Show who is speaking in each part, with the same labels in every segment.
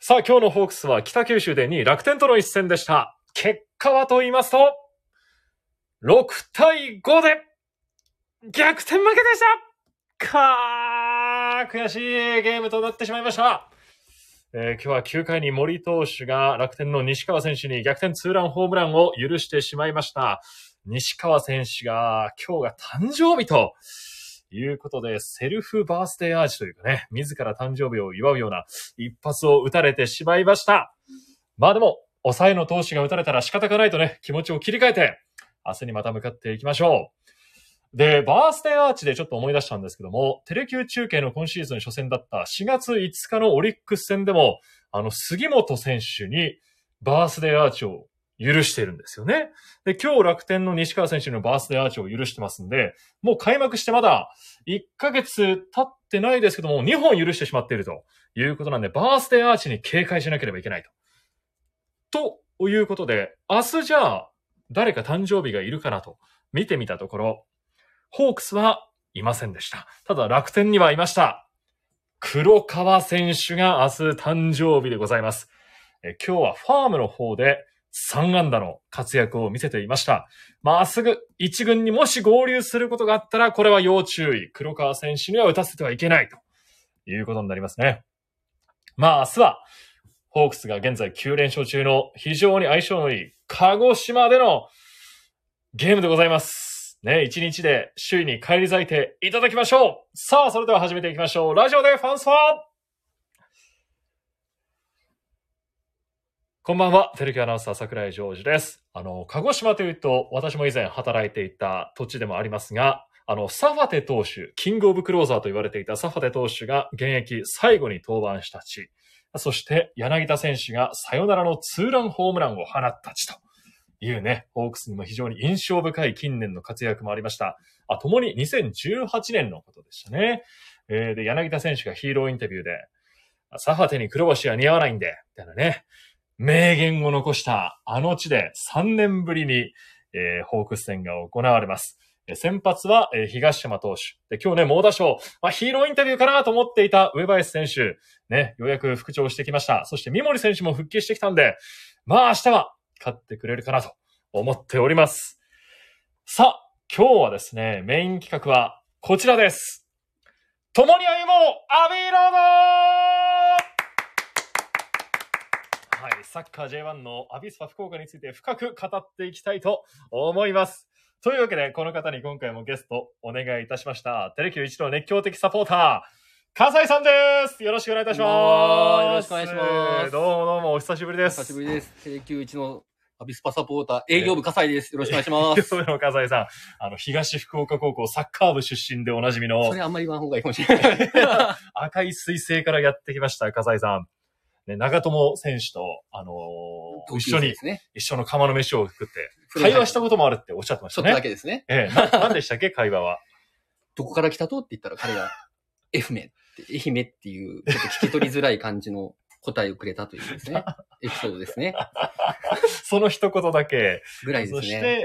Speaker 1: さあ、今日のホークスは北九州で2位楽天との一戦でした。結果はと言いますと、6対5で逆転負けでしたかー悔しいゲームとなってしまいました。えー今日は9回に森投手が楽天の西川選手に逆転ツーランホームランを許してしまいました。西川選手が今日が誕生日ということで、セルフバースデーアーチというかね、自ら誕生日を祝うような一発を打たれてしまいました。まあでも、抑えの投手が打たれたら仕方がないとね、気持ちを切り替えて、明日にまた向かっていきましょう。で、バースデーアーチでちょっと思い出したんですけども、テレキュー中継の今シーズン初戦だった4月5日のオリックス戦でも、あの、杉本選手にバースデーアーチを許してるんですよね。で、今日楽天の西川選手のバースデーアーチを許してますんで、もう開幕してまだ1ヶ月経ってないですけども、2本許してしまっていると。ということなんで、バースデーアーチに警戒しなければいけないと。ということで、明日じゃあ、誰か誕生日がいるかなと見てみたところ、ホークスはいませんでした。ただ楽天にはいました。黒川選手が明日誕生日でございます。え今日はファームの方で3安打の活躍を見せていました。まあ、すぐ1軍にもし合流することがあったら、これは要注意。黒川選手には打たせてはいけないということになりますね。まあ明日は、ホークスが現在9連勝中の非常に相性のいい鹿児島でのゲームでございます。ね、一日で首位に返り咲いていただきましょうさあ、それでは始めていきましょう。ラジオでファンスファーこんばんは、テレビアナウンサー桜井ジョージです。あの、鹿児島というと、私も以前働いていた土地でもありますが、あの、サファテ投手、キングオブクローザーと言われていたサファテ投手が現役最後に登板した地。そして、柳田選手がサヨナラのツーランホームランを放った地というね、ホークスにも非常に印象深い近年の活躍もありました。あ、共に2018年のことでしたね。えーで、柳田選手がヒーローインタビューで、サファテに黒星は似合わないんで、みたいなね、名言を残したあの地で3年ぶりに、えーホークス戦が行われます。えー先発は、えー東山投手。で、今日ね、猛打賞、まあ、ヒーローインタビューかなと思っていた上林選手、ね、ようやく復調してきました。そして三森選手も復帰してきたんで、まあ明日は勝ってくれるかなと思っております。さあ、今日はですね、メイン企画はこちらです。共に歩もうアビーロードはい、サッカー J1 のアビスパ福岡について深く語っていきたいと思います。というわけで、この方に今回もゲストお願いいたしました。テレキュー一の熱狂的サポーター、笠井さんですよろしくお願いいたします。
Speaker 2: どうもよろしくお願いします
Speaker 1: どうもどうも、お久しぶりです。
Speaker 2: 久しぶりです。定休一のアビスパサポーター、営業部笠井です。よろしくお願いし ます。
Speaker 1: それの笠井さん、あの、東福岡高校サッカー部出身でおなじみの
Speaker 2: それあんまり言わん方がいいかもしれない。
Speaker 1: 赤い彗星からやってきました、笠井さん。ね、長友選手と、あのー 一緒に
Speaker 2: で、すね。
Speaker 1: 一緒の釜の飯を食って、 会話したこともあるっておっしゃってまし
Speaker 2: ちょ
Speaker 1: た
Speaker 2: っとだ
Speaker 1: ね。
Speaker 2: けですね。
Speaker 1: ええ、な、なんでしたっけ、会話は。
Speaker 2: どこから来たとって言ったら彼が、 愛媛って、愛媛っていう、ちょっと聞き取りづらい感じの答えをくれたというです ね、エピソードですね。
Speaker 1: その一言だけ。
Speaker 2: ぐらいで
Speaker 1: そ
Speaker 2: す
Speaker 1: して、
Speaker 2: ね。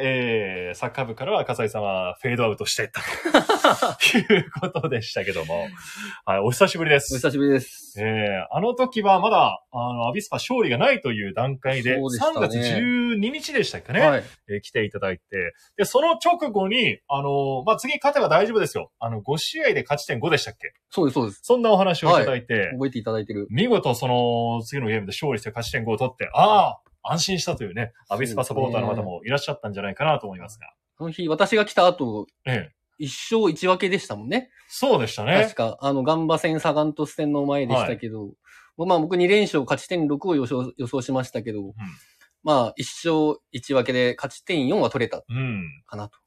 Speaker 1: えー、サッカー部からは笠井さんはフェードアウトしていったということでしたけども。はい、お久しぶりで
Speaker 2: お
Speaker 1: す。
Speaker 2: 久しぶりです。
Speaker 1: えー、あの時はまだ、あの、アビスパ勝利がないという段階で、
Speaker 2: そうでした
Speaker 1: 3
Speaker 2: ね
Speaker 1: 月12日でしたっけね、
Speaker 2: はい。
Speaker 1: えー来ていただいて、で、その直後に、あの、まあ、次勝てば大丈夫ですよ。あの、5試合で勝ち点5でしたっけ
Speaker 2: そうです、そうです。
Speaker 1: そんなお話をいただいて、
Speaker 2: 覚えていただいてる。
Speaker 1: 見事その次のゲームで勝利して勝ち点5を取って、ああ、安心したというね、アビスパサポーターの方もいらっしゃったんじゃないかなと思いますが。
Speaker 2: その日、私が来た後、
Speaker 1: ええ
Speaker 2: 一勝一分けでしたもんね。
Speaker 1: そうでしたね
Speaker 2: 確。か、あの、ガンバ戦、サガントス戦の前でしたけど、まあ僕2連勝、勝ち点6を予想予想しましたけど、まあ1勝1分けで勝ち点4は取れた
Speaker 1: うん。
Speaker 2: かなと。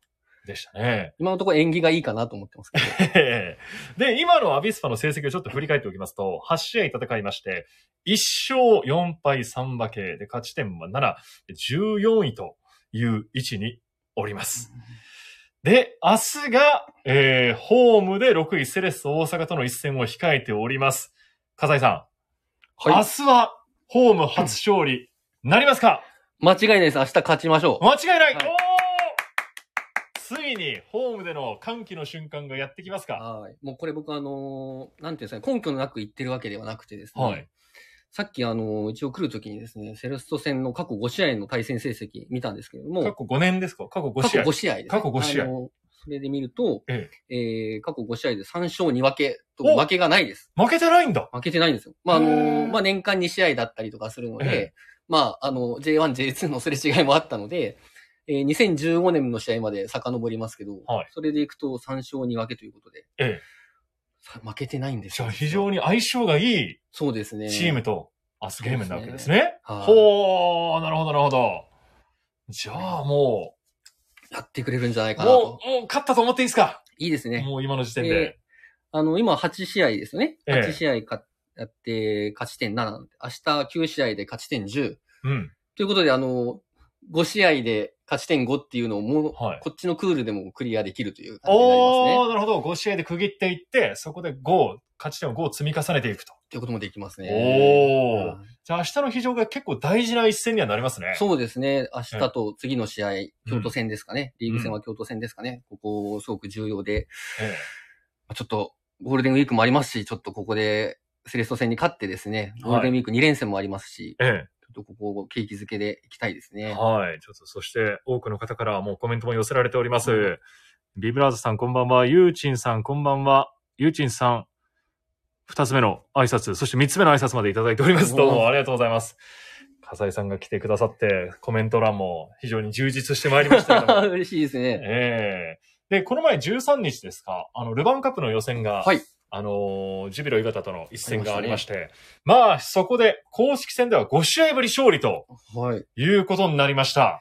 Speaker 1: でしたね。
Speaker 2: 今のところ縁起がいいかなと思ってますけ ど。
Speaker 1: で、今のアビスパの成績をちょっと振り返っておきますと、8試合戦いまして、1勝4敗3分けで勝ち点は7、14位という位置におります。で、明日が、えー、ホームで6位セレッソ大阪との一戦を控えております。笠井さん、明
Speaker 2: はい。
Speaker 1: 日はホーム初勝利、なりますか
Speaker 2: 間違いないです。明日勝ちましょう。
Speaker 1: 間違いない、
Speaker 2: はい
Speaker 1: おーついにホームでの歓喜の瞬間がやってきますか
Speaker 2: はい。もうこれ僕あのーなんていうんですかね、根拠のなく言ってるわけではなくてですね。
Speaker 1: はい。
Speaker 2: さっきあの、一応来るときにですね、セレスト戦の過去5試合の対戦成績見たんですけれども、
Speaker 1: 過去5年ですか過去5
Speaker 2: 過
Speaker 1: 試
Speaker 2: 去
Speaker 1: 合。
Speaker 2: 5試合です、
Speaker 1: 過去5試合
Speaker 2: あのそれで見ると、
Speaker 1: え
Speaker 2: えー過去5試合で3勝2分け
Speaker 1: お
Speaker 2: と負けがないです。
Speaker 1: 負けてないんだ。
Speaker 2: 負けてないんですよ。まあ、あ
Speaker 1: へ
Speaker 2: の、
Speaker 1: ー
Speaker 2: まあ、年間2試合だったりとかするの
Speaker 1: え
Speaker 2: で、まあ、あの、J1、J2 のすれ違いもあったので、えー2015年の試合まで遡りますけど、
Speaker 1: はい
Speaker 2: それでいくと3勝2分けということで、
Speaker 1: ええ
Speaker 2: さ負けてないんです
Speaker 1: じゃ
Speaker 2: よ
Speaker 1: あ非常に相性がいい
Speaker 2: そうですね。
Speaker 1: チームとアスゲームなわけですね。
Speaker 2: はい
Speaker 1: ほー、なるほど、なるほど。じゃあも、
Speaker 2: やってくれるんじゃないうかなと
Speaker 1: も。う、もう勝ったと思っていいですか
Speaker 2: いいですね。
Speaker 1: もう今の時点
Speaker 2: で
Speaker 1: で。
Speaker 2: あの、今8試合ですよね。
Speaker 1: ええ
Speaker 2: 8試合か、やって、勝ち点7なんで、明日9試合で勝ち点10。
Speaker 1: うん。
Speaker 2: ということで、あの、5試合で勝ち点5っていうのをもう、
Speaker 1: はい
Speaker 2: こっちのクールでもクリアできるという感じになります
Speaker 1: お
Speaker 2: ね。
Speaker 1: ー、なるほど。5試合で区切っていって、そこで5、勝ち点を5を積み重ねていくと。
Speaker 2: ということもできますね。
Speaker 1: おー
Speaker 2: はい
Speaker 1: じゃあ明日の非常が結構大事な一戦にはなりますね。
Speaker 2: そうですね。明日と次の試合、京都戦ですかね。リーグ戦
Speaker 1: う
Speaker 2: は京都戦ですかね。ここ、すごく重要で、
Speaker 1: え
Speaker 2: まあちょっと、ゴールデンウィークもありますし、ちょっとここで、セレッソ戦に勝ってですね、ゴールデンウィーク2連戦もありますし、
Speaker 1: えええ
Speaker 2: ちょっとここを景気づけでいきたいですね。
Speaker 1: はい。ちょっと、そして、多くの方からもうコメントも寄せられております。ビブラーズさん、こんばんは。ゆうちんさん、こんばんは。ゆうちんさん、二つ目の挨拶、そして三つ目の挨拶までいただいております。どうもありがとうございます。笠井さんが来てくださって、コメント欄も非常に充実してまいりましたけど も
Speaker 2: 嬉しいですね。
Speaker 1: ええで、この前13日ですか、あの、ルヴァンカップの予選が、
Speaker 2: はい
Speaker 1: あのージュビロ磐田との一戦がありまして、まあ、そこで、公式戦では5試合ぶり勝利と
Speaker 2: はい。い
Speaker 1: いうことになりました。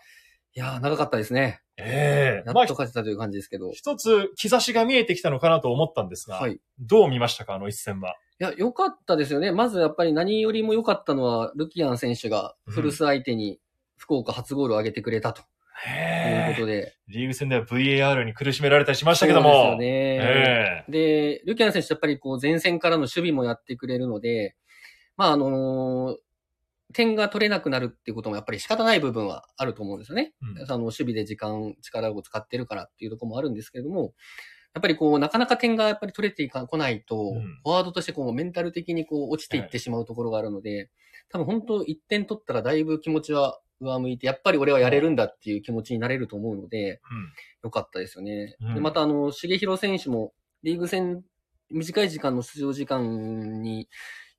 Speaker 2: やー、長かったですね。
Speaker 1: ええ
Speaker 2: やっ
Speaker 1: まあ、
Speaker 2: と勝てたという感じですけど。
Speaker 1: 一つ兆しが見えてきたのかなと思ったんですが、
Speaker 2: はい。い
Speaker 1: どう見ましたか、あの一戦は。
Speaker 2: や、良かったですよね。まずやっぱり何よりも良かったのは、ルキアン選手が古巣相手に福岡初ゴールを挙げてくれたということで。
Speaker 1: リーグ戦では VAR に苦しめられたりしましたけど
Speaker 2: そう
Speaker 1: も。
Speaker 2: ですよね。
Speaker 1: え
Speaker 2: で、ルキアン選手やっぱりこう前線からの守備もやってくれるので、まああのー点が取れなくなるっていうこともやっぱり仕方ない部分はあると思うんですよね。
Speaker 1: えうん
Speaker 2: あの、守備で時間、力を使ってるからっていうところもあるんですけれども、やっぱりこう、なかなか点がやっぱり取れていか来ないと、
Speaker 1: うん
Speaker 2: フォワードとしてこう、メンタル的にこう、落ちていってしまうところがあるので、多分本当1点取ったらだいぶ気持ちは上向いて、やっぱり俺はやれるんだっていう気持ちになれると思うので、良かったですよね。
Speaker 1: うん
Speaker 2: でまたあの、重弘選手も、リーグ戦、短い時間の出場時間に、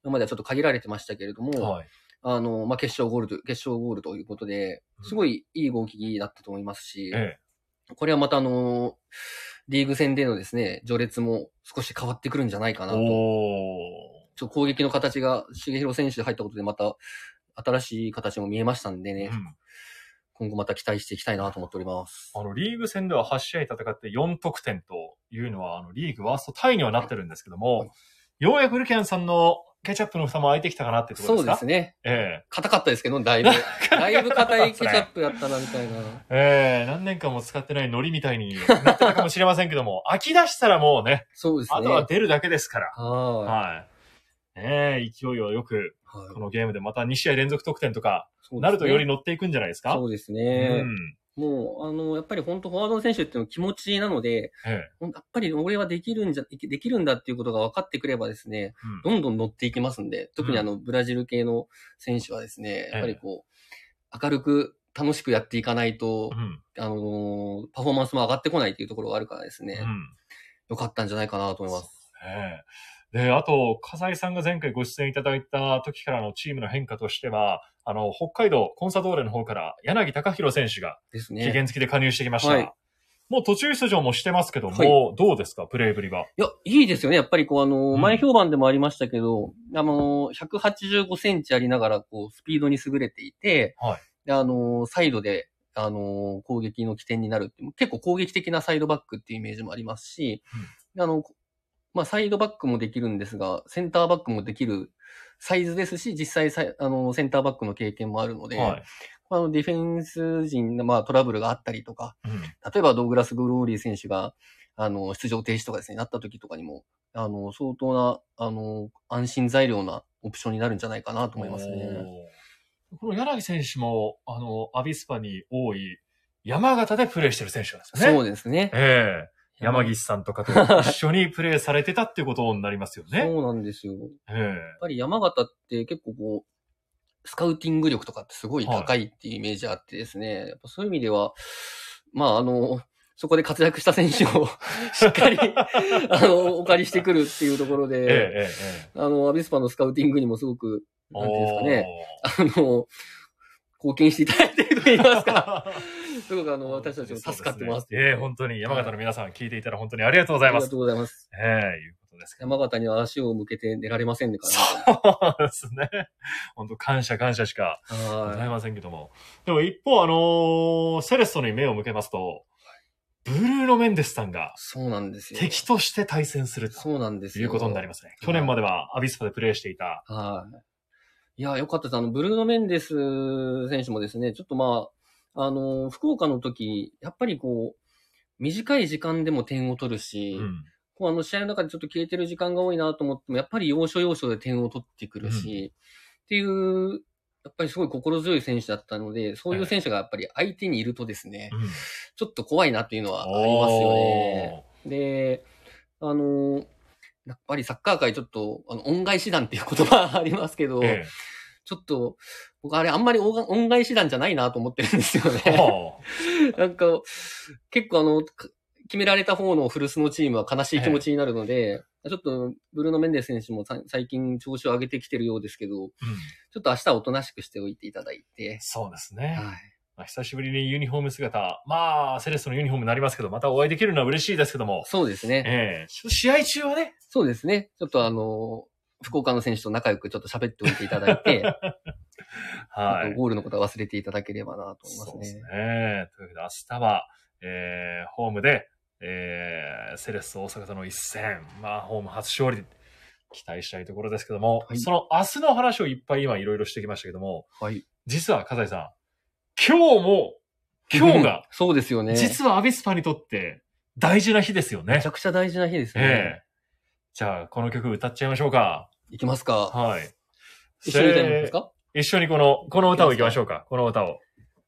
Speaker 2: 今まではちょっと限られてましたけれども、
Speaker 1: うんはい
Speaker 2: あの、まあ、決勝ゴールと、決勝ゴールということで
Speaker 1: う、ん
Speaker 2: すごいいい動きだったと思いますし、
Speaker 1: え
Speaker 2: これはまたあの、リーグ戦でのですね、序列も少し変わってくるんじゃないか
Speaker 1: え
Speaker 2: なと。
Speaker 1: お
Speaker 2: ちょっと攻撃の形が、重弘選手で入ったことでまた、新しい形も見えましたんで
Speaker 1: ー
Speaker 2: ね、
Speaker 1: うん
Speaker 2: 今後また期待していきたいなと思っております。
Speaker 1: あの、リーグ戦では8試合戦って4得点というのは、あの、リーグワーストタイにはなってるんですけど
Speaker 2: は
Speaker 1: も
Speaker 2: い、
Speaker 1: ようやくルキアンさんのケチャップの蓋も開いてきたかなってところで
Speaker 2: そう
Speaker 1: す
Speaker 2: で
Speaker 1: か
Speaker 2: すね。
Speaker 1: え
Speaker 2: 硬かったですけど、だいぶ。だいぶ硬いケチャップやったな、みたいな。
Speaker 1: えええ何年間も使ってないノリみたいになってたかもしれませんけども、 飽き出したらもうね、
Speaker 2: そうですね。
Speaker 1: あとは出るだけですから。
Speaker 2: は
Speaker 1: はい。ねえ勢いはよく、
Speaker 2: い。はい
Speaker 1: このゲームでまた2試合連続得点とか、
Speaker 2: そうですね
Speaker 1: なるとより乗っていくんじゃないですか
Speaker 2: そうです
Speaker 1: う
Speaker 2: ね。
Speaker 1: ん。
Speaker 2: もう、あの、やっぱり本当フォワードの選手っていうのは気持ちなので、
Speaker 1: ええ
Speaker 2: ほんやっぱり俺はできるんじゃ、できるんだっていうことが分かってくればですね、
Speaker 1: うん
Speaker 2: どんどん乗っていきますんで、特にあの、ブラジル系の選手はですね、やっぱりこう、明るく楽しくやっていかないと
Speaker 1: う、ん。
Speaker 2: あのーパフォーマンスも上がってこないっていうところがあるからですね
Speaker 1: う、ん。
Speaker 2: 良かったんじゃないかなと思います。
Speaker 1: ええで、あと、笠井さんが前回ご出演いただいた時からのチームの変化としては、あの、北海道コンサドーレの方から柳高弘選手が
Speaker 2: です
Speaker 1: 期
Speaker 2: ね。
Speaker 1: 限付きで加入してきました。
Speaker 2: はい
Speaker 1: もう途中出場もしてますけども、
Speaker 2: はい
Speaker 1: どうですか、プレーぶりは。
Speaker 2: いや、いいですよね。やっぱりこう、あのー
Speaker 1: うん
Speaker 2: 前評判でもありましたけど、あのー185センチありながら、こう、スピードに優れていて、
Speaker 1: はい
Speaker 2: で、あのーサイドで、あのー攻撃の起点になるって、結構攻撃的なサイドバックっていうイメージもありますし、であの、まあ、サイドバックもできるんですが、センターバックもできるサイズですし、実際サイ、あのーセンターバックの経験もあるので、
Speaker 1: はい。
Speaker 2: あの、ディフェンス陣の、まあ、トラブルがあったりとか、
Speaker 1: うん
Speaker 2: 例えばドーグラス・グローリー選手が、あの、出場停止とかですね、なった時とかにも、あの、相当な、あの、安心材料なオプションになるんじゃないかなと思いますね。
Speaker 1: おーこの柳選手も、あの、アビスパに多い山形でプレーしてる選手なんですよね。
Speaker 2: そうですね。
Speaker 1: え山岸さんとかと一緒にプレーされてたっていうことになりますよね。
Speaker 2: そうなんですよ。やっ
Speaker 1: ええ
Speaker 2: ぱり山形って結構こう、スカウティング力とかってすごい高いっていうイメージあってですね、やっぱそういう意味では、まああの、そこで活躍した選手を し っかり、あの、お借りしてくるっていうところ
Speaker 1: ええ
Speaker 2: で、
Speaker 1: えええ
Speaker 2: あの、アビスパのスカウティングにもすごく、
Speaker 1: え
Speaker 2: なんていうんですかね、あの、貢献していただいていると言いますか、
Speaker 1: おー
Speaker 2: すごくあの、私たちも助かってます。
Speaker 1: そうでねええ本当に山形の皆さん聞いていただ本当にありがとうござ
Speaker 2: あ
Speaker 1: い
Speaker 2: り
Speaker 1: ま
Speaker 2: が
Speaker 1: す。
Speaker 2: とうございます。
Speaker 1: ええいうことですけど。
Speaker 2: 山形には足を向けて寝られませんねから
Speaker 1: そうですね。本当感謝感謝しかござい
Speaker 2: は
Speaker 1: ませんけども。でも一方、あのーセレストに目を向けますと、ブルーノ・メンデスさんが
Speaker 2: い。そうなんですよ。
Speaker 1: 敵として対戦すると
Speaker 2: そうなんです
Speaker 1: い
Speaker 2: よ。
Speaker 1: うことになりますね。
Speaker 2: そう
Speaker 1: 去年まではアビスパでプレーしていた。
Speaker 2: す。はい。いや、よかったです。あの、ブルーノ・メンデス選手もですね、ちょっとまあ、あの、福岡の時、やっぱりこう、短い時間でも点を取るし、
Speaker 1: うん。
Speaker 2: こうあの試合の中でちょっと消えてる時間が多いなと思っても、やっぱり要所要所で点を取ってくるし、っていう、やっぱりすごい心強い選手だったので、そういう選手がやっぱり相手にいるとですね、
Speaker 1: うん
Speaker 2: ちょっと怖いなっていうのはありますよね。で、あの、やっぱりサッカー界ちょっと、あの、恩返し団っていう言葉 ありますけど、
Speaker 1: おーえ
Speaker 2: ちょっと、僕あれあんまり恩が恩返し団じゃないなと思ってるんですよ
Speaker 1: え
Speaker 2: ね。
Speaker 1: おー
Speaker 2: なんか、結構あの、か決められた方の古巣のチームは悲しい気持ちになるので、ちょっと、ブルーノ・メンデス選手もさ最近調子を上げてきてるようですけど、
Speaker 1: うん
Speaker 2: ちょっと明日はおとなしくしておいていただいて、
Speaker 1: そうですね。
Speaker 2: はい。
Speaker 1: まあ、久しぶりにユニフォーム姿、まあ、セレストのユニフォームになりますけど、またお会いできるのは嬉しいですけども、
Speaker 2: そうですね。
Speaker 1: ええちょっと試合中はね、
Speaker 2: そうですね。ちょっとあの、福岡の選手と仲良くちょっと喋っておいていただ いて、
Speaker 1: は
Speaker 2: ちょっ
Speaker 1: い
Speaker 2: と。ゴールのことは忘れていただければなと思います
Speaker 1: そう
Speaker 2: ね。
Speaker 1: ですね。というわけで、明日は、えー、ホームで、えー、セレッソ大阪との一戦、まあ、ホーム初勝利、期待したいところですけども、
Speaker 2: はい
Speaker 1: その明日の話をいっぱい今いろいろしてきましたけども、
Speaker 2: はい。、
Speaker 1: 実は、笠井さん、今日も、今日が
Speaker 2: そうです よね。
Speaker 1: 実はアビスパにとって大事な日ですよね
Speaker 2: めちゃ。くちゃ大事な日です
Speaker 1: え
Speaker 2: ね。
Speaker 1: えじゃあ、この曲歌っちゃいましょうか。
Speaker 2: いきますか。
Speaker 1: はい。
Speaker 2: 一緒に歌いますか
Speaker 1: 一緒にこの、この歌をいきましょうか。この歌を。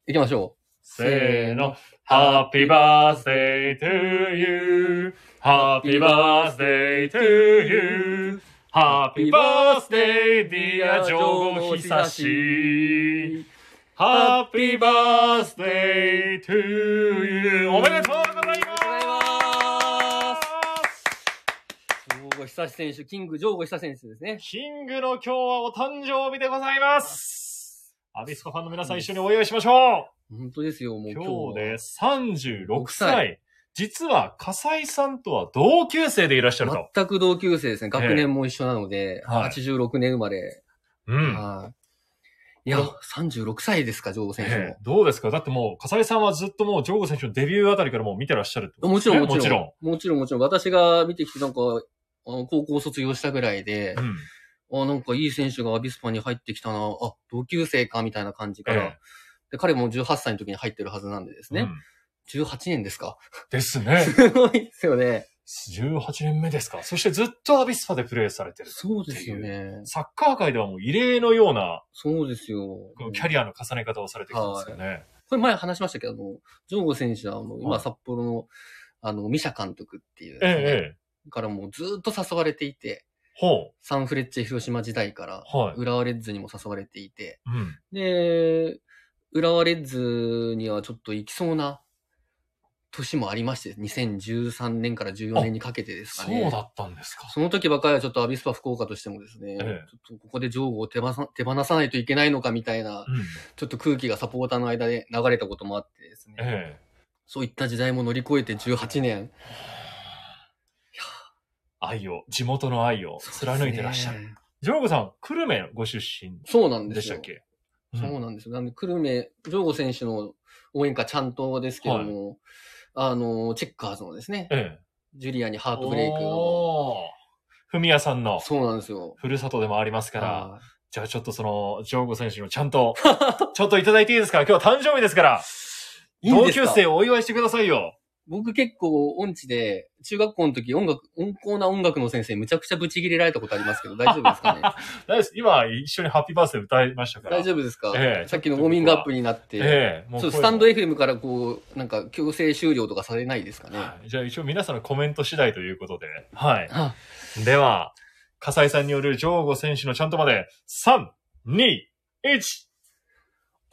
Speaker 2: 行きましょ
Speaker 1: せーの。Happy birthday to you.Happy birthday to you.Happy birthday dear 上後久
Speaker 2: う。
Speaker 1: し。Happy birthday to you. おめでとうございます
Speaker 2: おめでとうございジョーゴ久志選手、キングジョーゴ久志選手ですね。
Speaker 1: キングの今日はお誕生日でございますアビスパファンの皆さん一緒にお祝いしましょ
Speaker 2: 本当ですよ、も
Speaker 1: う
Speaker 2: う
Speaker 1: 今
Speaker 2: 今
Speaker 1: 日
Speaker 2: 日
Speaker 1: で36
Speaker 2: 6
Speaker 1: 歳
Speaker 2: 歳。
Speaker 1: 実は、笠井さんとは同級生でいらっしゃると。
Speaker 2: 全く同級生ですね。学年も一緒なので、
Speaker 1: はい
Speaker 2: 86年生まれ。
Speaker 1: うん。
Speaker 2: はい。いや、36歳ですか、ジョーゴ選手
Speaker 1: ええどうですかだってもう、笠井さんはずっともう、ジョーゴ選手のデビューあたりからもう見てらっしゃるってこ
Speaker 2: も。
Speaker 1: と
Speaker 2: も
Speaker 1: で
Speaker 2: ち
Speaker 1: す
Speaker 2: ろ
Speaker 1: ね
Speaker 2: ん、もちろん。もちろん、もちろん。私が見てきて、なんか、あの高校卒業したぐらいで、
Speaker 1: うん。
Speaker 2: あ、なんかいい選手がアビスパに入ってきたな、あ、同級生か、みたいな感じから、
Speaker 1: え
Speaker 2: で、彼も18歳の時に入ってるはずなんでです
Speaker 1: え。う
Speaker 2: ね。
Speaker 1: ん
Speaker 2: 18年です か。
Speaker 1: ですね。
Speaker 2: すごいですよね。
Speaker 1: 18年目ですか。そしてずっとアビスパでプレーされてる。
Speaker 2: そうですよね。
Speaker 1: サッカー界ではもう異例のような
Speaker 2: そうですよ。
Speaker 1: こうキャリアの重ね方をされてきたんですよね。
Speaker 2: これ前話しましたけど、あのジョーゴ選手は、あ
Speaker 1: は
Speaker 2: の、今
Speaker 1: い
Speaker 2: 札幌の、あの、ミシャ監督っていう、
Speaker 1: ええ、ええ。
Speaker 2: からもうずっと誘われていて、
Speaker 1: ほ
Speaker 2: サンフレッチェ広島時代から、
Speaker 1: う。はい。
Speaker 2: 浦和レッズにも誘われていて、
Speaker 1: うん。
Speaker 2: で、浦和レッズにはちょっと行きそうな年もありまして、2013年から14年にかけてですかね。
Speaker 1: そうだったんですか。
Speaker 2: その時ばかりはちょっとアビスパ福岡としてもですね、
Speaker 1: ええ
Speaker 2: ちょっとここで上後を手放さ手放さないといけないのかみたいな、
Speaker 1: うん。
Speaker 2: ちょっと空気がサポーターの間で流れたこともあってですね、
Speaker 1: ええ。
Speaker 2: そういった時代も乗り越えて18年。
Speaker 1: 愛を、地元の愛を貫いてらっしゃる。
Speaker 2: る。
Speaker 1: ジョーゴさん、久留米ご出身
Speaker 2: そうなんで
Speaker 1: ですしたっ
Speaker 2: よ。
Speaker 1: け
Speaker 2: そう
Speaker 1: うん
Speaker 2: なんですよ。なんで、久留米、ジョーゴ選手の応援歌ちゃんとですけども、あの、チェッカーズのですね、
Speaker 1: ええ。
Speaker 2: ジュリアにハートブレイクの、
Speaker 1: おー。ふみやさんの、
Speaker 2: そうなんですよ。
Speaker 1: ふるさとでもありますから、
Speaker 2: あー
Speaker 1: じゃあちょっとその、ジョーゴ選手のちゃんと、 ちょっといただいていいですか今日誕生日ですから、
Speaker 2: いいん
Speaker 1: 同
Speaker 2: ですか
Speaker 1: 級生をお祝いしてくださいよ。
Speaker 2: 僕結構音痴で、中学校の時音楽、温厚な音楽の先生むちゃくちゃブチ切れられたことありますけど、大丈 夫ですかね
Speaker 1: 大丈夫です今、一緒にハッピーバースデー歌いましたから。
Speaker 2: 大丈夫ですか、
Speaker 1: ええ
Speaker 2: さっきのウォーミングアップになって、
Speaker 1: ええも
Speaker 2: ちょ
Speaker 1: う
Speaker 2: っとスタンド
Speaker 1: 声も
Speaker 2: FM からこう、なんか強制終了とかされないですかね。
Speaker 1: はいじゃあ一応皆さんのコメント次第ということで。はい。
Speaker 2: あ
Speaker 1: では、笠井さんによるジョーゴ選手のちゃんとまで、3、2、1。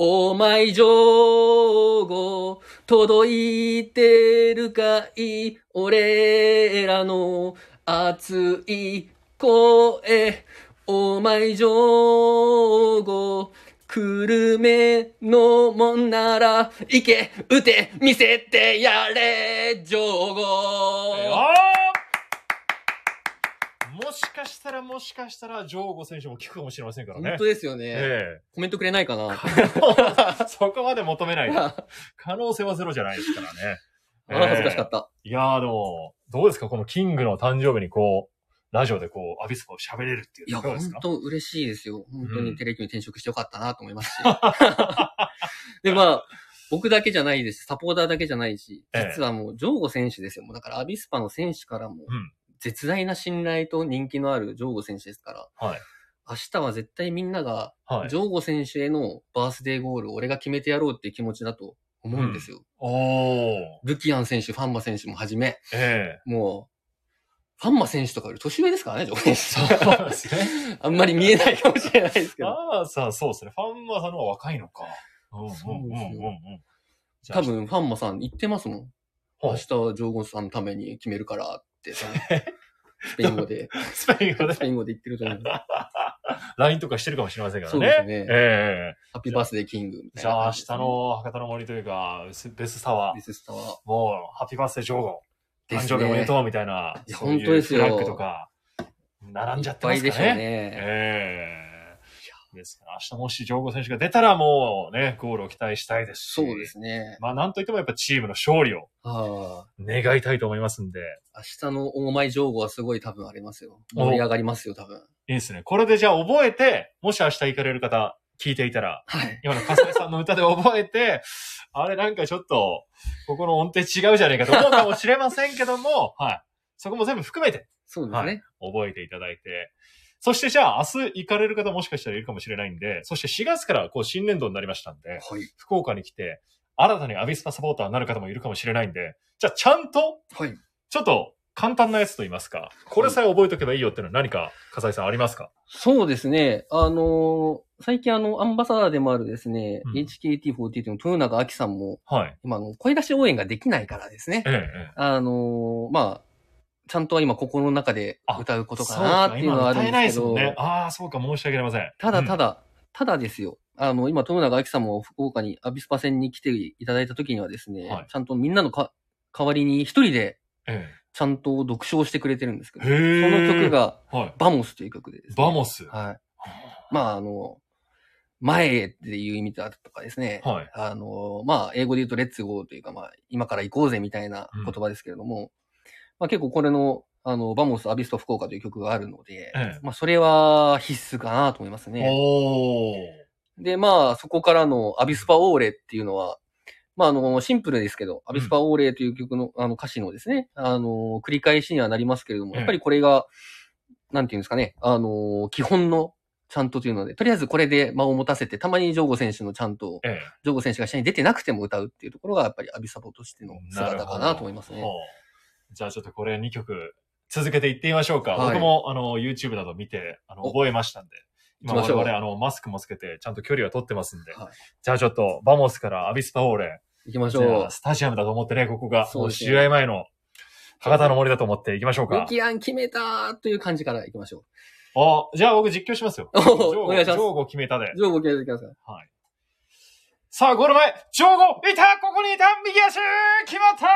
Speaker 2: お前情報届いてるかい俺らの熱い声。お前情報久留米のもんなら、行け、打て、見せてやれ、情報
Speaker 1: もしかしたら、もしかしたら、ジョーゴ選手も聞くかもしれませんから
Speaker 2: 本
Speaker 1: ね
Speaker 2: 当。ですよね。
Speaker 1: え
Speaker 2: コメントくれないか な。
Speaker 1: え そこまで求めないで。可能性はゼロじゃないですからね。
Speaker 2: あー恥ずかしかった。
Speaker 1: いやーでも、どうですかこのキングの誕生日にこう、ラジオでこう、アビスパを喋れるっていう
Speaker 2: い
Speaker 1: の
Speaker 2: や、
Speaker 1: はどうです
Speaker 2: 本
Speaker 1: か
Speaker 2: 当嬉しいですよ。本当
Speaker 1: う
Speaker 2: に
Speaker 1: ん
Speaker 2: テレキューに転職してよかったなと思 いますし。で、まあ、僕だけじゃないです。サポーターだけじゃないし、
Speaker 1: ええ
Speaker 2: 実はもう、ジョーゴ選手ですよ。もうだから、アビスパの選手からも
Speaker 1: うん、
Speaker 2: 絶大な信頼と人気のあるジョーゴ選手ですから、
Speaker 1: はい
Speaker 2: 明日は絶対みんなが、
Speaker 1: はい
Speaker 2: ジ。ョーゴ選手へのバースデーゴールを俺が決めてやろうっていう気持ちだと思うんですよ。
Speaker 1: おー。
Speaker 2: ブキアン選手、ファンマ選手もはじめ、
Speaker 1: ええ
Speaker 2: もう、ファンマ選手とかより年上ですからね、ジョーゴ選手。
Speaker 1: そうですね。
Speaker 2: あんまり見えないかもしれないですけど。
Speaker 1: まあさあ、そうですね。ファンマさんの方が若いのか。うんうんうんうんうん。じゃあ
Speaker 2: 多、分ファンもさん言ってますもん。
Speaker 1: ほ
Speaker 2: 明
Speaker 1: う
Speaker 2: 日はジョーゴンさんのために決めるから ってさ、スペイン語で、
Speaker 1: スペイン語で
Speaker 2: スペイン語で言ってると思う。
Speaker 1: LINE とかしてるかもしれませんからね。
Speaker 2: そうですね
Speaker 1: え
Speaker 2: ハッピーバースデーキングみ
Speaker 1: え
Speaker 2: たい
Speaker 1: じ
Speaker 2: な
Speaker 1: ゃあ明日
Speaker 2: 感じですね。
Speaker 1: の博多の森というか、ベスタワー
Speaker 2: リ、ススタは。
Speaker 1: もう、ハッピーバースデージョーゴ、
Speaker 2: で
Speaker 1: 誕
Speaker 2: すね
Speaker 1: 生日おめでとうみたいな、
Speaker 2: いや
Speaker 1: そうい
Speaker 2: 本当
Speaker 1: う
Speaker 2: です
Speaker 1: フ
Speaker 2: よ
Speaker 1: ラッグとか、並んじゃってます
Speaker 2: いっぱいでし
Speaker 1: か
Speaker 2: ょう
Speaker 1: らね。
Speaker 2: ね。
Speaker 1: ええですから、明日もしジョーゴ選手が出たらもうね、ゴールを期待したいですし。
Speaker 2: そうで。すね。
Speaker 1: まあ、なんといってもやっぱチームの勝利を
Speaker 2: はあ、
Speaker 1: 願いたいと思いますんで。
Speaker 2: 明日のオーマイジョーゴはすごい多分ありますよ。盛り上がりますよ、多分。
Speaker 1: いいですね。これでじゃあ覚えて、もし明日行かれる方、聞いていたら、
Speaker 2: はい。
Speaker 1: 今の笠井さんの歌で覚えて、あれなんかちょっと、ここの音程違うじゃねえかと思うかもしれませんけど も、はい。そこも全部含めて
Speaker 2: そうです
Speaker 1: は
Speaker 2: ね。
Speaker 1: 覚えていただいて、そしてじゃあ明日行かれる方もしかしたらいるかもしれないんで、そして4月からこう新年度になりましたんで、
Speaker 2: はい。
Speaker 1: 福岡に来て、新たにアビスパサポーターになる方もいるかもしれないんで、じゃあちゃんと、
Speaker 2: はい。
Speaker 1: ちょっと簡単なやつと言いますか、これさえ覚えとけばいいよっていうのは何か、笠井さんありますか
Speaker 2: そうですね。あのー最近あの、アンバサダーでもあるですね、
Speaker 1: うん
Speaker 2: HKT48 の豊永明さんも、
Speaker 1: はい。
Speaker 2: 今あの、声出し応援ができないからですね
Speaker 1: え。え、ええ。
Speaker 2: あのーまあ、ちゃんとは今心の中で歌うことかなっていうのはあるん
Speaker 1: そうか今歌
Speaker 2: ですけど、
Speaker 1: えないですもんね。ああ、そうか、申し訳ありません。
Speaker 2: ただ
Speaker 1: う
Speaker 2: た
Speaker 1: ん、
Speaker 2: だ、ただですよ。あの、今、富永明さんも福岡にアビスパ戦に来ていただいた時にはですね、
Speaker 1: はい
Speaker 2: ちゃんとみんなのか代わりに一人で
Speaker 1: ええ
Speaker 2: ちゃんと独唱してくれてるんですけど、そ
Speaker 1: へえ。
Speaker 2: の曲。が
Speaker 1: はい。
Speaker 2: バモスという曲でですね。
Speaker 1: バモス。は
Speaker 2: はい。まあ、あの、前へっていう意味だとかですね。
Speaker 1: い。
Speaker 2: あの、まあ、英語で言うと、レッツゴーというか、まあ、今から行こうぜみたいな言葉ですけれども、まあ、結構これの、あの、バモス・アビスト福岡という曲があるので、
Speaker 1: ええ
Speaker 2: まあ、それは必須かなと思いますね。
Speaker 1: おー。
Speaker 2: で、まあ、そこからのアビスパオーレっていうのは、まあ、あの、シンプルですけど、アビスパオーレという曲の、あの、歌詞のですね、あの、繰り返しにはなりますけれども、
Speaker 1: ええ
Speaker 2: やっぱりこれが、なんていうんですかね、あの、基本の、ちゃんとというので、とりあえずこれで間を持たせて、たまにジョーゴ選手のちゃんと、
Speaker 1: ええ。
Speaker 2: ジョーゴ選手が試合に出てなくても歌うっていうところが、やっぱりアビサポとしての姿かなと思います
Speaker 1: なる
Speaker 2: ね。
Speaker 1: ほどじゃあちょっとこれ2曲続けていってみましょうか。
Speaker 2: はい
Speaker 1: 僕もあの YouTube など見てあの
Speaker 2: お
Speaker 1: 覚えましたんで。今
Speaker 2: 行きま
Speaker 1: 我
Speaker 2: しょう
Speaker 1: 々あのマスクもつけてちゃんと距離は取ってますんで。
Speaker 2: はい
Speaker 1: じゃあちょっとバモスからアビスパオーレ。
Speaker 2: 行きまし
Speaker 1: じ
Speaker 2: ょ
Speaker 1: ゃ
Speaker 2: う
Speaker 1: あ。スタジアムだと思ってね、ここが。
Speaker 2: そうですね
Speaker 1: もう試合前の博多の森だと思っていきましょう
Speaker 2: 武
Speaker 1: か。
Speaker 2: 器案決めたという感じから行きましょ
Speaker 1: おじゃあ僕実況しますよ。
Speaker 2: お
Speaker 1: ジョーゴ
Speaker 2: お願いします
Speaker 1: ジョーゴ決めたで
Speaker 2: う。。ジョーゴ決めてください。
Speaker 1: はい。さあ、ゴール前、ジョーゴ、いたここにいた右足決まったジョーゴ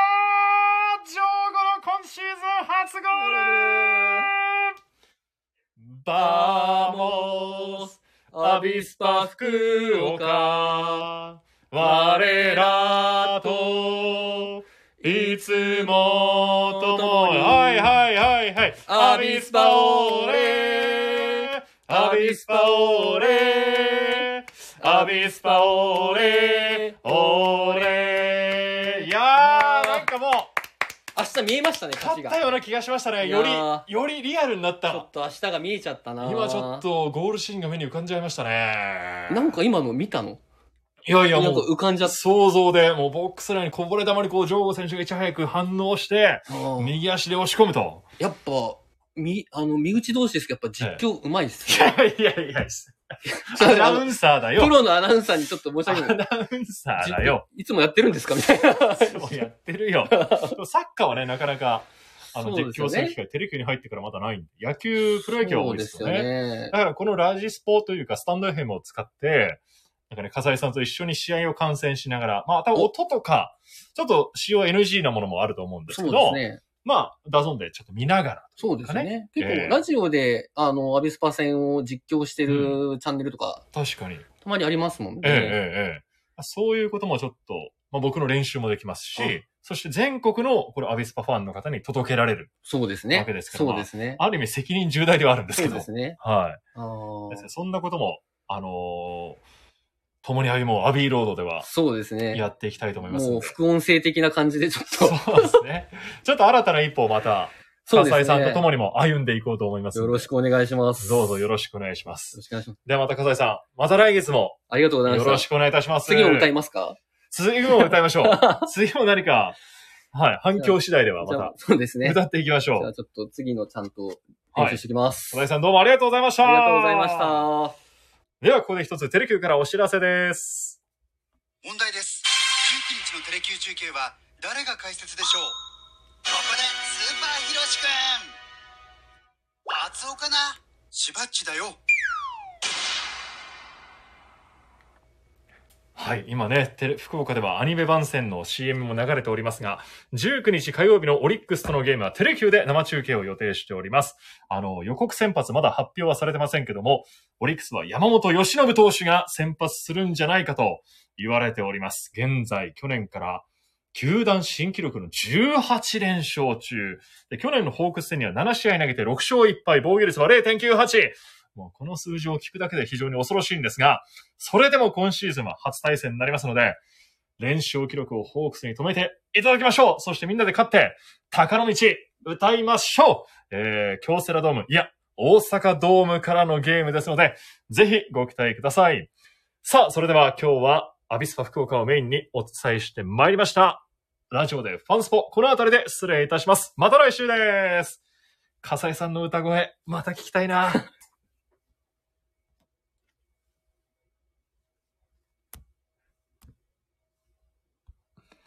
Speaker 1: の今シーズン初ゴールバーモス、アビスパ福岡、我らと、いつもともに、はいはいはいはい、アビスパオーレアビスパオーレアビスパオーレオーレいやー、なんかもう、
Speaker 2: 明日見えましたね、勝
Speaker 1: 勝
Speaker 2: ち
Speaker 1: っ
Speaker 2: が。
Speaker 1: た
Speaker 2: ち
Speaker 1: ような気がしましたね。
Speaker 2: い
Speaker 1: よ
Speaker 2: や
Speaker 1: り、
Speaker 2: ー
Speaker 1: よりリアルになっ
Speaker 2: ょ
Speaker 1: た
Speaker 2: っ。と明日が見えちゃったな
Speaker 1: 今ちょっ。とゴールシーンが目に浮かんじゃいましたね。
Speaker 2: なんか今の見たの
Speaker 1: いやいや
Speaker 2: なんか
Speaker 1: もう、
Speaker 2: 浮かんじゃっ
Speaker 1: 想像で、もうボックス内にこぼれ球にこう、ジョーゴ選手がいち早く反応して、
Speaker 2: た。うん
Speaker 1: 右足で押し込むと。
Speaker 2: やっぱ、み、あの、身内同士ですけど、やっぱ実況うまいっす
Speaker 1: い
Speaker 2: ね。
Speaker 1: やいやいや、
Speaker 2: ち
Speaker 1: ア
Speaker 2: ょっと
Speaker 1: ナ
Speaker 2: あ
Speaker 1: ウ
Speaker 2: の
Speaker 1: ンサーだ
Speaker 2: プ
Speaker 1: よ。
Speaker 2: ロのアナウンサーにちょっと申し
Speaker 1: ア
Speaker 2: 訳ない。
Speaker 1: ナウンサーだよ。
Speaker 2: いつもやってるんですかみたいな。
Speaker 1: そうやってるよ。でもサッカーはね、なかなか、あの、
Speaker 2: そうです
Speaker 1: 実
Speaker 2: よ
Speaker 1: 況
Speaker 2: ね
Speaker 1: する機会、テレビに入ってからまだないんで、野球、プロ野球は多いですよね。
Speaker 2: ね。
Speaker 1: だからこのラジスポというか、スタンド FM を使って、なんかね、笠井さんと一緒に試合を観戦しながら、まあ、多分音とか、ちょっと使用 NG なものもあると思うんです
Speaker 2: そ
Speaker 1: け
Speaker 2: うで
Speaker 1: ど、
Speaker 2: すね。
Speaker 1: まあ、ダゾンでちょっと見ながら。
Speaker 2: そうですね。結
Speaker 1: ええ
Speaker 2: 構、ラジオで、あの、アビスパ戦を実況してるチャンネルとか、
Speaker 1: 確かに。え
Speaker 2: たまにありますもんね。
Speaker 1: えええええそういうこともちょっと、まあ、僕の練習もできますし、
Speaker 2: うん
Speaker 1: そして全国の、これ、アビスパファンの方に届けられる。
Speaker 2: そうです
Speaker 1: わ
Speaker 2: ね
Speaker 1: けです。から
Speaker 2: そうですね。
Speaker 1: ある意味責任重大ではあるんです
Speaker 2: そ
Speaker 1: け
Speaker 2: う
Speaker 1: ど。
Speaker 2: ですね。
Speaker 1: はい。
Speaker 2: あー
Speaker 1: ですねそんなことも、あのー共に歩もうアビーロードでは
Speaker 2: そうですね。
Speaker 1: やっていきたいと思いますんで
Speaker 2: もう副音声的な感じでちょっと、
Speaker 1: そうですね。ちょっと新たな一歩をまた、
Speaker 2: そうです
Speaker 1: 笠
Speaker 2: ね。
Speaker 1: 井さんと共にも歩んでいこうと思います。
Speaker 2: よろしくお願いします。
Speaker 1: どう
Speaker 2: よ
Speaker 1: ぞよろしくお願いしま
Speaker 2: ろ
Speaker 1: す。
Speaker 2: しくお願いします。
Speaker 1: ではまた笠井さん、また来月も
Speaker 2: ありがとうございま
Speaker 1: よ
Speaker 2: した。
Speaker 1: ろしくお願いいたします。
Speaker 2: 次を歌い
Speaker 1: ま
Speaker 2: ますか
Speaker 1: す。次も歌いましょ う。次も何か、はい、反響次第では
Speaker 2: じゃあ
Speaker 1: ま
Speaker 2: そうです
Speaker 1: た
Speaker 2: ね。じ
Speaker 1: 歌っていきましょ
Speaker 2: ゃあ
Speaker 1: う。
Speaker 2: ちょっと次のちゃんと練
Speaker 1: は
Speaker 2: 習
Speaker 1: い
Speaker 2: し。てきます。
Speaker 1: 笠井さんどうもありがとうございました。
Speaker 2: ありがとうございまし。た。
Speaker 1: ではここで一つテレキューからお知らせです。
Speaker 3: 問題です19日のテレキュー中継は誰が解説でしょうここでスーパーひろしくん松尾かなしばっちだよ
Speaker 1: はい、今ね、テレ福岡ではアニメ番宣の CM も流れておりますが、19日火曜日のオリックスとのゲームはテレキューで生中継を予定しております。あの、予告先発まだ発表はされてませんけども、オリックスは山本由伸投手が先発するんじゃないかと言われております。現在、去年から球団新記録の18連勝中。で去年のホークス戦には7試合投げて6勝1敗、防御率は0.98。もうこの数字を聞くだけで非常に恐ろしいんですが、それでも今シーズンは初対戦になりますので、連勝記録をホークスに止めていただきましょうそしてみんなで勝って、高の道、歌いましょうえー、京セラドーム、いや、大阪ドームからのゲームですので、ぜひご期待ください。さあ、それでは今日はアビスパ福岡をメインにお伝えしてまいりました。ラジオでファンスポ、この辺りで失礼いたします。また来週です。笠井さんの歌声、また聞きたいな。